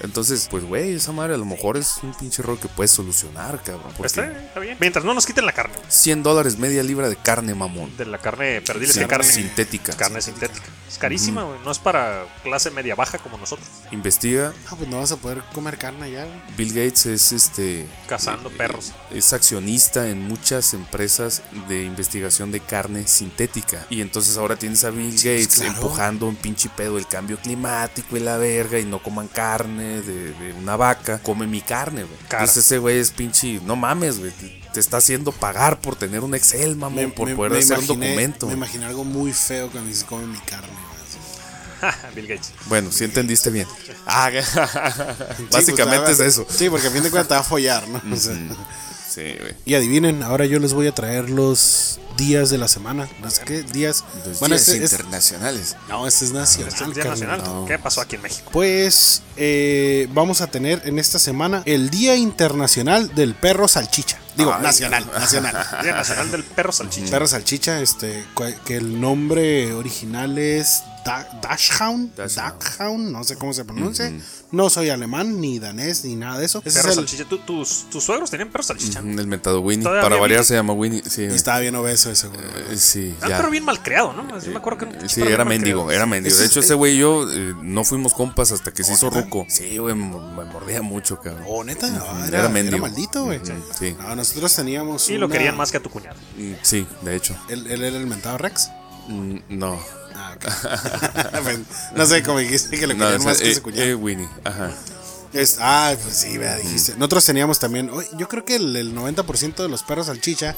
Speaker 4: Entonces, pues, güey, esa madre a lo mejor es un pinche error que puedes solucionar, cabrón. porque
Speaker 2: Está, está bien. Mientras no nos quiten la carne.
Speaker 4: 100 dólares media libra de carne, mamón.
Speaker 2: De la carne, pero diles
Speaker 4: Sí,
Speaker 2: que carne
Speaker 4: sintética.
Speaker 2: Carne sintética. Es carísima, güey. No es para clase media baja como nosotros.
Speaker 4: Investiga.
Speaker 3: No, pues no vas a poder comer carne ya, güey.
Speaker 4: Bill Gates es este.
Speaker 2: Cazando perros.
Speaker 4: Es accionista en muchas empresas de investigación de carne sintética. Y entonces ahora tienes a Bill Gates
Speaker 3: pues claro.
Speaker 4: empujando un pinche pedo el cambio climático y la verga. Y no coman carne de, de una vaca. Come mi carne, güey.
Speaker 2: Cara.
Speaker 4: Entonces ese güey es pinche. No mames, güey. Te, te está haciendo pagar por tener un Excel, mamón. por poder hacer un
Speaker 3: imaginé-
Speaker 4: documento.
Speaker 3: Me imaginé algo muy feo cuando dice come mi carne, güey. así.
Speaker 2: Bill Gates.
Speaker 4: Bueno, si entendiste bien. Ah,
Speaker 3: Sí,
Speaker 4: básicamente
Speaker 3: pues,
Speaker 4: es eso.
Speaker 3: Sí, porque a fin de cuentas te va a follar, ¿no? O sea,
Speaker 4: Sí, güey.
Speaker 3: Y adivinen, ahora yo les voy a traer los días de la semana. ¿Los qué? Días. bueno, este es-
Speaker 5: internacionales.
Speaker 3: no, este es
Speaker 4: Ah,
Speaker 3: nacional.
Speaker 2: Este es el Día
Speaker 3: carnal.
Speaker 2: Nacional.
Speaker 4: no.
Speaker 2: ¿Qué pasó aquí en México?
Speaker 3: Pues eh, vamos a tener en esta semana el Día Internacional del Perro Salchicha. Digo,
Speaker 4: Ay.
Speaker 3: nacional, nacional.
Speaker 2: Día Nacional del Perro Salchicha.
Speaker 3: Perro Salchicha, este, cua- que el nombre original es Da- Dachshund,
Speaker 4: Dachshund.
Speaker 3: Dachshund, no sé cómo se pronuncia. No soy alemán, ni danés, ni nada de eso. Ese
Speaker 2: Perro
Speaker 3: es el-
Speaker 2: Salchicha. Tú- tus, tus suegros tenían perro salchicha.
Speaker 4: Mm, El mentado Winnie.
Speaker 2: Todavía
Speaker 4: Para
Speaker 2: había
Speaker 4: variar
Speaker 2: Winnie.
Speaker 4: se llama Winnie. Sí,
Speaker 3: Y
Speaker 4: güey.
Speaker 3: estaba bien obeso ese, güey.
Speaker 4: Eh, sí,
Speaker 2: Era un
Speaker 4: ya. Eh,
Speaker 2: perro Ah, bien malcriado, ¿no? Yo me acuerdo que era un pinche
Speaker 4: Sí,
Speaker 2: perro
Speaker 4: era
Speaker 2: bien
Speaker 4: mendigo,
Speaker 2: malcriado.
Speaker 4: era mendigo. De
Speaker 3: Ese-
Speaker 4: hecho, ese
Speaker 3: eh.
Speaker 4: güey y yo eh, no fuimos compas hasta que se hizo
Speaker 3: ¿Neta?
Speaker 4: ruco. Sí, güey, me me mordía mucho, cabrón.
Speaker 3: Oh, neta, no,
Speaker 4: Era
Speaker 3: era, era
Speaker 4: mendigo.
Speaker 3: maldito, güey.
Speaker 4: Ujú, sí.
Speaker 3: No, nosotros teníamos.
Speaker 2: Y lo
Speaker 3: una-
Speaker 2: querían más que a tu cuñado.
Speaker 4: Mm, Sí, de hecho.
Speaker 3: Él, él era el mentado Rex.
Speaker 4: Mm, No.
Speaker 3: Ah, ok. no sé cómo dijiste que le
Speaker 4: No,
Speaker 3: querían
Speaker 4: o sea,
Speaker 3: más que
Speaker 4: eh,
Speaker 3: su cuñado.
Speaker 4: eh, Winnie. Ajá.
Speaker 3: Es- ah, pues sí, vea, dijiste. Nosotros teníamos también. oye, Yo creo que el, el 90% de los perros salchicha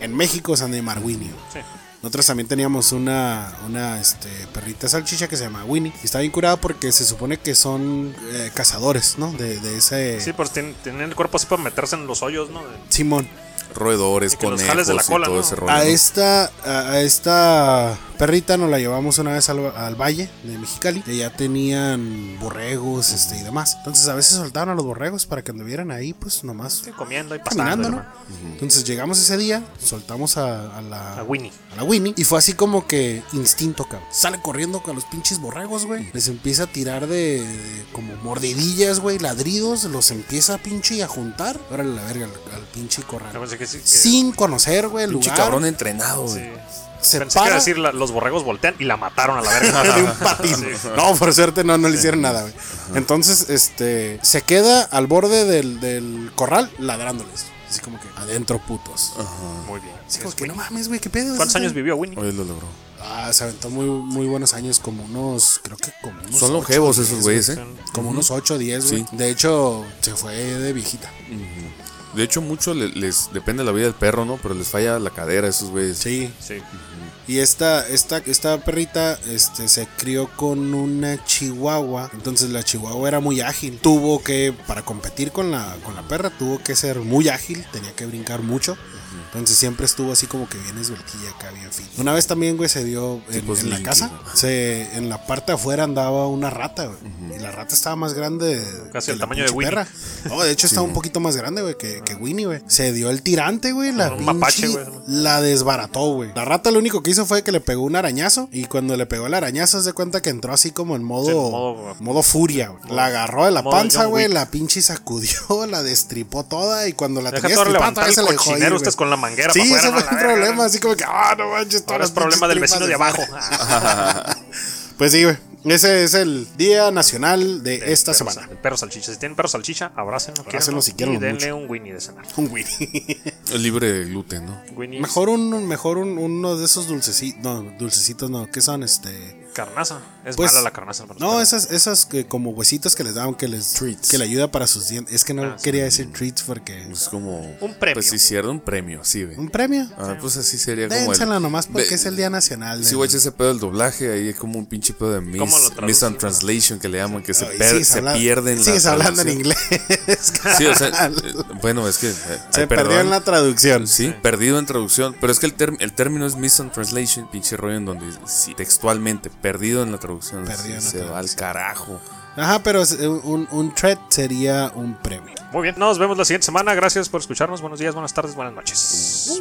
Speaker 3: en México son de Marwinio.
Speaker 2: Sí.
Speaker 3: Nosotros también teníamos una, una este, perrita salchicha que se llama Winnie. Y está bien curada porque se supone que son eh, cazadores, ¿no? De, de ese.
Speaker 2: Sí, pues tienen, tienen el cuerpo así para meterse en los hoyos, ¿no? De-
Speaker 3: Simón.
Speaker 4: Roedores,
Speaker 2: Y que los
Speaker 4: conejos
Speaker 2: jales de la cola,
Speaker 4: y todo
Speaker 2: ¿no?
Speaker 4: ese rollo.
Speaker 3: A
Speaker 4: ¿no?
Speaker 3: esta, a a esta perrita nos la llevamos una vez al, al valle de Mexicali. Que ya tenían borregos este, y demás. Entonces a veces soltaban a los borregos para que anduvieran ahí, pues nomás
Speaker 2: sí, comiendo y pasando.
Speaker 3: caminando, ¿no? Entonces llegamos ese día, soltamos a, a la,
Speaker 2: A Winnie.
Speaker 3: a la Winnie y fue así como que instinto, cabrón. Sale corriendo con los pinches borregos, güey. Les empieza a tirar de, de como mordidillas, güey, ladridos, los empieza a pinche a juntar. Ahora la verga al, al pinche corral.
Speaker 2: Yo pensé que sí. que-
Speaker 3: sin conocer, güey, el
Speaker 4: Pinche
Speaker 3: lugar.
Speaker 4: cabrón entrenado,
Speaker 2: sí.
Speaker 4: güey.
Speaker 3: se
Speaker 2: Pensé que
Speaker 3: para.
Speaker 2: iba a decir la- los borregos voltean y la mataron a la verga.
Speaker 3: de un patín. No, por suerte no, no le hicieron nada, güey. Entonces, este, se queda al borde del, del corral ladrándoles. Así como que adentro, putos.
Speaker 2: Muy bien.
Speaker 3: Así como
Speaker 2: Es
Speaker 3: que no
Speaker 2: Winnie.
Speaker 3: mames, güey, qué pedo.
Speaker 2: Ah. Pues, ¿Cuántos años vivió Winnie?
Speaker 4: Oye, lo logró.
Speaker 3: Ah, se aventó muy, muy buenos años, como unos, creo que como unos.
Speaker 4: Son
Speaker 3: ocho,
Speaker 4: longevos esos
Speaker 3: diez,
Speaker 4: güeyes, ¿eh?
Speaker 3: Como unos 8 o 10, güey.
Speaker 4: Sí.
Speaker 3: De hecho, se fue de viejita.
Speaker 4: De hecho, mucho le- les, depende de la vida del perro, ¿no? Pero les falla la cadera a esos güeyes.
Speaker 3: Sí.
Speaker 2: Sí.
Speaker 3: Y esta, esta, esta perrita este, se crió con una chihuahua. Entonces la chihuahua era muy ágil. Tuvo que, para competir con la, con la perra, tuvo que ser muy ágil. Tenía que brincar mucho. Entonces siempre estuvo así como que bien esbeltilla acá, bien fit. Una vez también, güey, se dio en,
Speaker 4: Tipos
Speaker 3: en la
Speaker 4: Linky,
Speaker 3: casa.
Speaker 4: ¿no?
Speaker 3: Se, en la parte de afuera andaba una rata, güey. Y la rata estaba más grande.
Speaker 2: Casi
Speaker 3: que
Speaker 2: el
Speaker 3: la
Speaker 2: tamaño de
Speaker 3: pinche
Speaker 2: Winnie. Ah.
Speaker 3: perra. No, de hecho estaba un poquito más grande, güey, que, que Winnie, güey. Se dio el tirante, güey. La
Speaker 2: Un mapache,
Speaker 3: pinche-
Speaker 2: güey.
Speaker 3: la desbarató, güey. La rata lo único que hizo fue que le pegó un arañazo. Y cuando le pegó el arañazo, se da cuenta que entró así como en modo.
Speaker 2: Sí, en
Speaker 3: modo,
Speaker 2: modo-
Speaker 3: furia, güey. La agarró de la
Speaker 2: modo
Speaker 3: panza,
Speaker 2: John
Speaker 3: güey.
Speaker 2: Wick.
Speaker 3: La pinche sacudió, la destripó toda. Y cuando la
Speaker 2: Deja
Speaker 3: tenía
Speaker 2: todo
Speaker 3: destripada,
Speaker 2: levantar el
Speaker 3: se la dejó ir,
Speaker 2: cochinero,
Speaker 3: güey.
Speaker 2: estás con la manguera
Speaker 3: Sí,
Speaker 2: para afuera,
Speaker 3: ese
Speaker 2: ¿no?
Speaker 3: fue
Speaker 2: La
Speaker 3: un
Speaker 2: verga,
Speaker 3: problema.
Speaker 2: ¿no?
Speaker 3: Así como que, ah, no manches, todas
Speaker 2: Ahora es
Speaker 3: las pinches Ah,
Speaker 2: problema del
Speaker 3: tripas
Speaker 2: vecino de abajo. Ah,
Speaker 3: Pues sí, güey. Ese es el Día Nacional de esta
Speaker 2: Perro-
Speaker 3: semana.
Speaker 2: Perro salchicha. Si tienen perro salchicha, abrácenlo.
Speaker 3: Abrácenlo
Speaker 2: quiéranlo
Speaker 3: si quieren
Speaker 2: Y denle
Speaker 3: mucho.
Speaker 2: un Winnie de cenar.
Speaker 3: Un Winnie.
Speaker 4: Es libre de gluten, ¿no?
Speaker 2: Winnie.
Speaker 3: Mejor un, mejor un, uno de esos dulcecitos, no, dulcecitos no, ¿qué son? Este,
Speaker 2: Carnaza. Es
Speaker 3: Pues-
Speaker 2: mala la carnaza. para los
Speaker 3: no,
Speaker 2: perros.
Speaker 3: esas, esas que como huesitos que les daban que les,
Speaker 4: Treats.
Speaker 3: que le ayuda para sus dientes. Es que no
Speaker 2: Ah, sí.
Speaker 3: quería decir treats porque
Speaker 4: Es como.
Speaker 2: Un premio.
Speaker 4: Pues si cierra un premio, sí, ve.
Speaker 3: un premio.
Speaker 4: Ah, pues así sería como.
Speaker 3: Dénsela
Speaker 4: el-
Speaker 3: nomás porque
Speaker 4: Ve-
Speaker 3: es el día nacional.
Speaker 4: Sí,
Speaker 3: del-
Speaker 4: güey, ese pedo del doblaje, ahí es como un pinche pedo de mis,
Speaker 2: ¿Cómo lo traducen?
Speaker 4: mis and translation que le llaman, que se,
Speaker 3: Ay,
Speaker 4: per-
Speaker 3: sigues
Speaker 4: se
Speaker 3: habla-
Speaker 4: pierde en la
Speaker 3: Sigues hablando en
Speaker 4: traducción.
Speaker 3: inglés.
Speaker 4: Sí, o sea, eh, bueno, es que. eh,
Speaker 3: Se
Speaker 4: ay,
Speaker 3: perdió
Speaker 4: perdón.
Speaker 3: en la traducción.
Speaker 4: Sí, perdido en traducción. Pero es que el, term- el término es mis and translation, pinche rollo en donde sí, textualmente, perdido en la traducción.
Speaker 3: Perdido
Speaker 4: sí,
Speaker 3: en la
Speaker 4: se va al carajo.
Speaker 3: Ajá, pero es- eh, un, un treat sería un premio.
Speaker 2: Muy bien. Nos vemos la siguiente semana. Gracias por escucharnos. Buenos días, buenas tardes, buenas noches.